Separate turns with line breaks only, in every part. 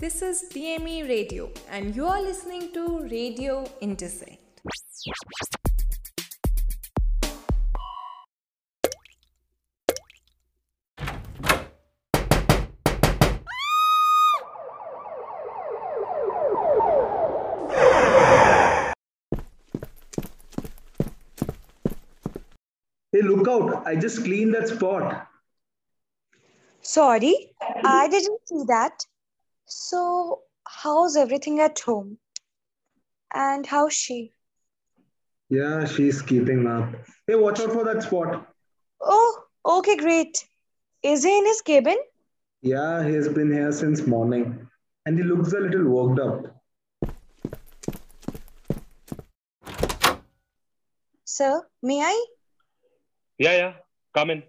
This is DME Radio, and you are listening to Radio Intersect.
Hey, look out! I just cleaned that spot.
Sorry, I didn't see that. So, how's everything at home? And how's she?
Yeah, she's keeping up. Hey, watch out for that spot.
Oh, okay, great. Is he in his cabin?
Yeah, he's been here since morning and he looks a little worked up.
Sir, may I?
Yeah, yeah. Come in.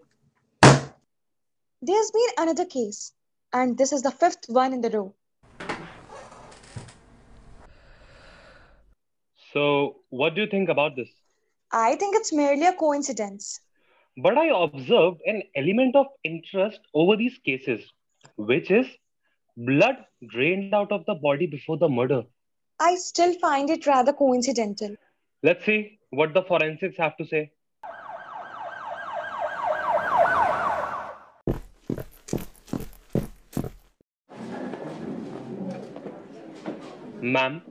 There's been another case, and this is the fifth one in the row.
So, what do you think about this?
I think it's merely a coincidence.
But I observed an element of interest over these cases, which is blood drained out of the body before the murder.
I still find it rather coincidental.
Let's see what the forensics have to say. Ma'am,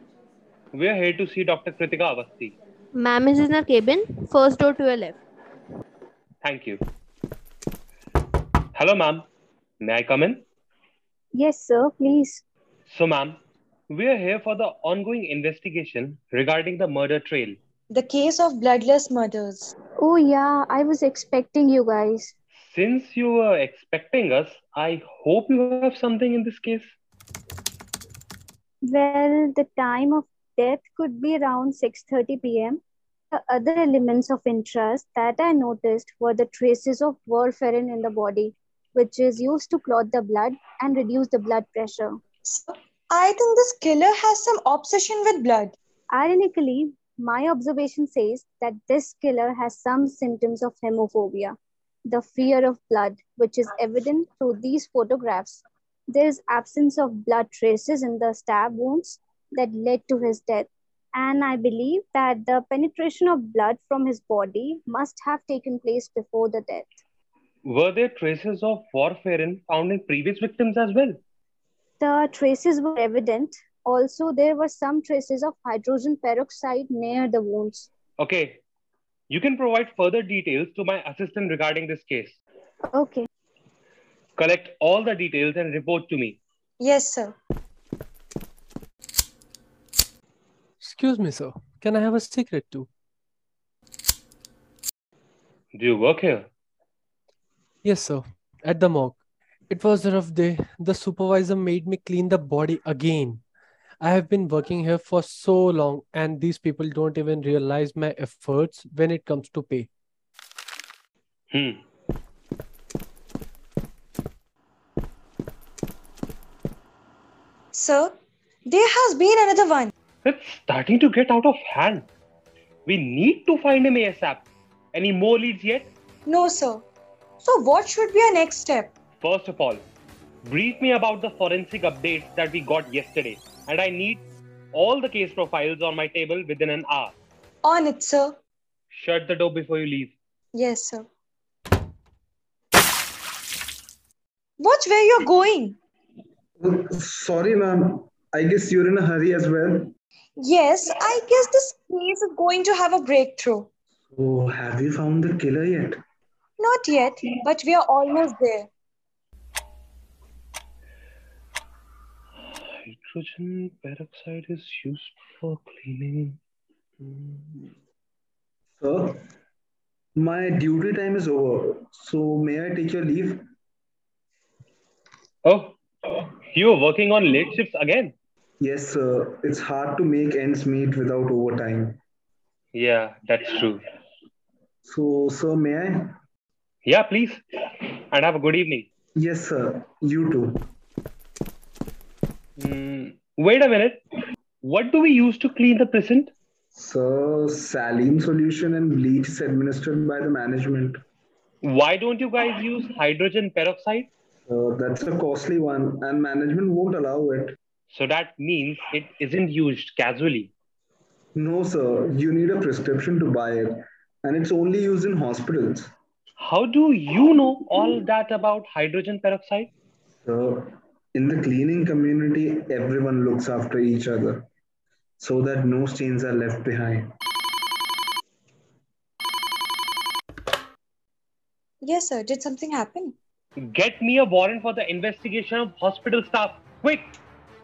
we are here to see Dr. Kritika Avasti.
Ma'am is in her cabin, first door to your left.
Thank you. Hello, ma'am. May I come in?
Yes, sir, please.
So, ma'am, we are here for the ongoing investigation regarding the murder trail.
The case of bloodless murders.
Oh, yeah, I was expecting you guys.
Since you were expecting us, I hope you have something in this case.
Well, the time of death could be around 6:30 p.m. The other elements of interest that I noticed were the traces of warfarin in the body, which is used to clot the blood and reduce the blood pressure.
So, I think this killer has some obsession with blood.
Ironically, my observation says that this killer has some symptoms of hemophobia, the fear of blood, which is evident through these photographs. There is absence of blood traces in the stab wounds that led to his death, and I believe that the penetration of blood from his body must have taken place before the death.
Were there traces of warfarin found in previous victims as well?
The traces were evident. Also, there were some traces of hydrogen peroxide near the wounds.
Okay. You can provide further details to my assistant regarding this case.
Okay.
Collect all the details and report to me.
Yes, sir.
Excuse me, sir. Can I have a cigarette too?
Do you work here?
Yes, sir. At the morgue. It was a rough day. The supervisor made me clean the body again. I have been working here for so long, and these people don't even realize my efforts when it comes to pay.
Hmm.
Sir, there has been another one.
It's starting to get out of hand. We need to find him ASAP. Any more leads yet?
No, sir. So, what should be our next step?
First of all, brief me about the forensic updates that we got yesterday, and I need all the case profiles on my table within an hour.
On it, sir.
Shut the door before you leave.
Yes, sir. Watch where you're going.
Oh, Sorry, ma'am. I guess you're in a hurry as well.
Yes, I guess this case is going to have a breakthrough.
Oh, have you found the killer yet?
Not yet, but we are almost there.
Hydrogen peroxide is used for cleaning. Hmm.
Sir, my duty time is over. So may I take your leave?
Oh, you are working on late shifts again?
Yes, sir. It's hard to make ends meet without overtime.
Yeah, that's true.
So, sir, may I?
Yeah, please. And have a good evening.
Yes, sir. You too.
Hmm. wait a minute. What do we use to clean the prison?
Sir, saline solution and bleach is administered by the management.
Why don't you guys use hydrogen peroxide?
Uh, that's a costly one, and management won't allow it.
So that means it isn't used casually.
No, sir, you need a prescription to buy it, and it's only used in hospitals.
How do you know all that about hydrogen peroxide?
So, in the cleaning community, everyone looks after each other so that no stains are left behind.
Yes, sir. Did something happen?
Get me a warrant for the investigation of hospital staff. Quick!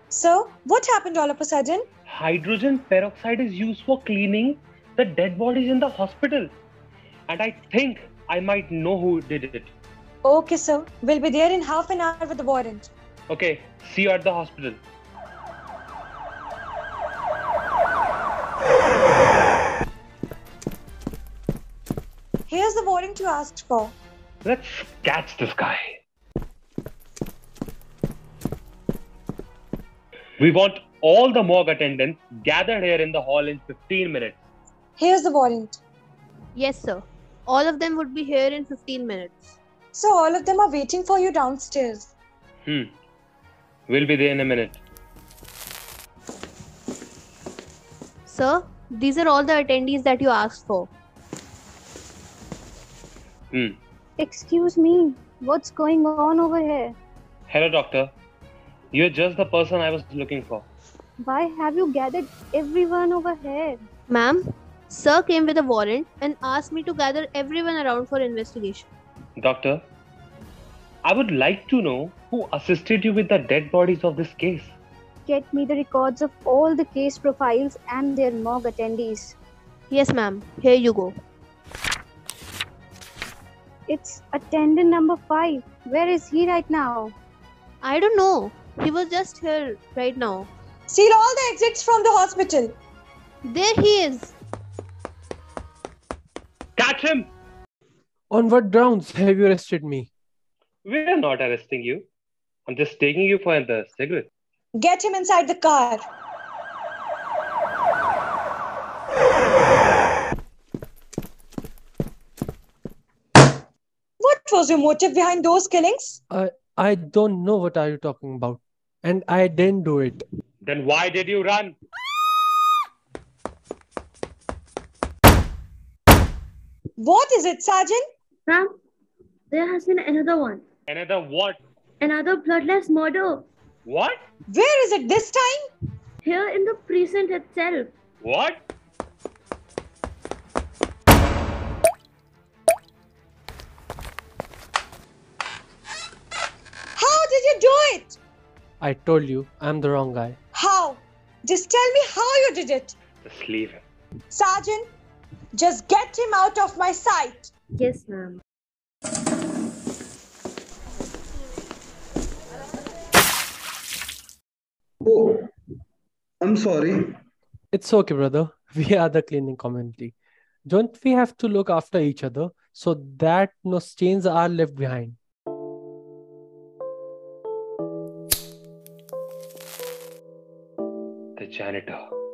Sir, what happened all of a sudden?
Hydrogen peroxide is used for cleaning the dead bodies in the hospital. And I think I might know who did it.
Okay, sir. We'll be there in half an hour with the warrant.
Okay, see you at the hospital.
Here's the warrant you asked for.
Let's catch this guy. We want all the morgue attendants gathered here in the hall in 15 minutes.
Here's the warrant.
Yes, sir. All of them would be here in 15 minutes.
So all of them are waiting for you downstairs.
Hmm. We'll be there in a minute.
Sir, these are all the attendees that you asked for.
Hmm.
Excuse me, what's going on over here?
Hello, doctor. You're just the person I was looking for.
Why have you gathered everyone over here?
Ma'am, sir came with a warrant and asked me to gather everyone around for investigation.
Doctor, I would like to know who assisted you with the dead bodies of this case.
Get me the records of all the case profiles and their morgue attendees.
Yes, ma'am. Here you go.
It's attendant number 5. Where is he right now?
I don't know. He was just here right now.
Seal all the exits from the hospital.
There he is.
Catch him!
On what grounds have you arrested me?
We're not arresting you. I'm just taking you for the cigarette.
Get him inside the car. What was your motive behind those killings?
I don't know what are you talking about. And I didn't do it.
Then why did you run?
What is it, Sergeant?
Ma'am, there has been another one.
Another what?
Another bloodless murder.
What?
Where is it this time?
Here in the precinct itself.
What?
How did you do it?
I told you I'm the wrong guy.
How? Just tell me how you did it.
Just leave him.
Sergeant, just get him out of my sight.
Yes, ma'am.
Oh, I'm sorry.
It's okay, brother. We are the cleaning community. Don't we have to look after each other so that no stains are left behind?
The janitor.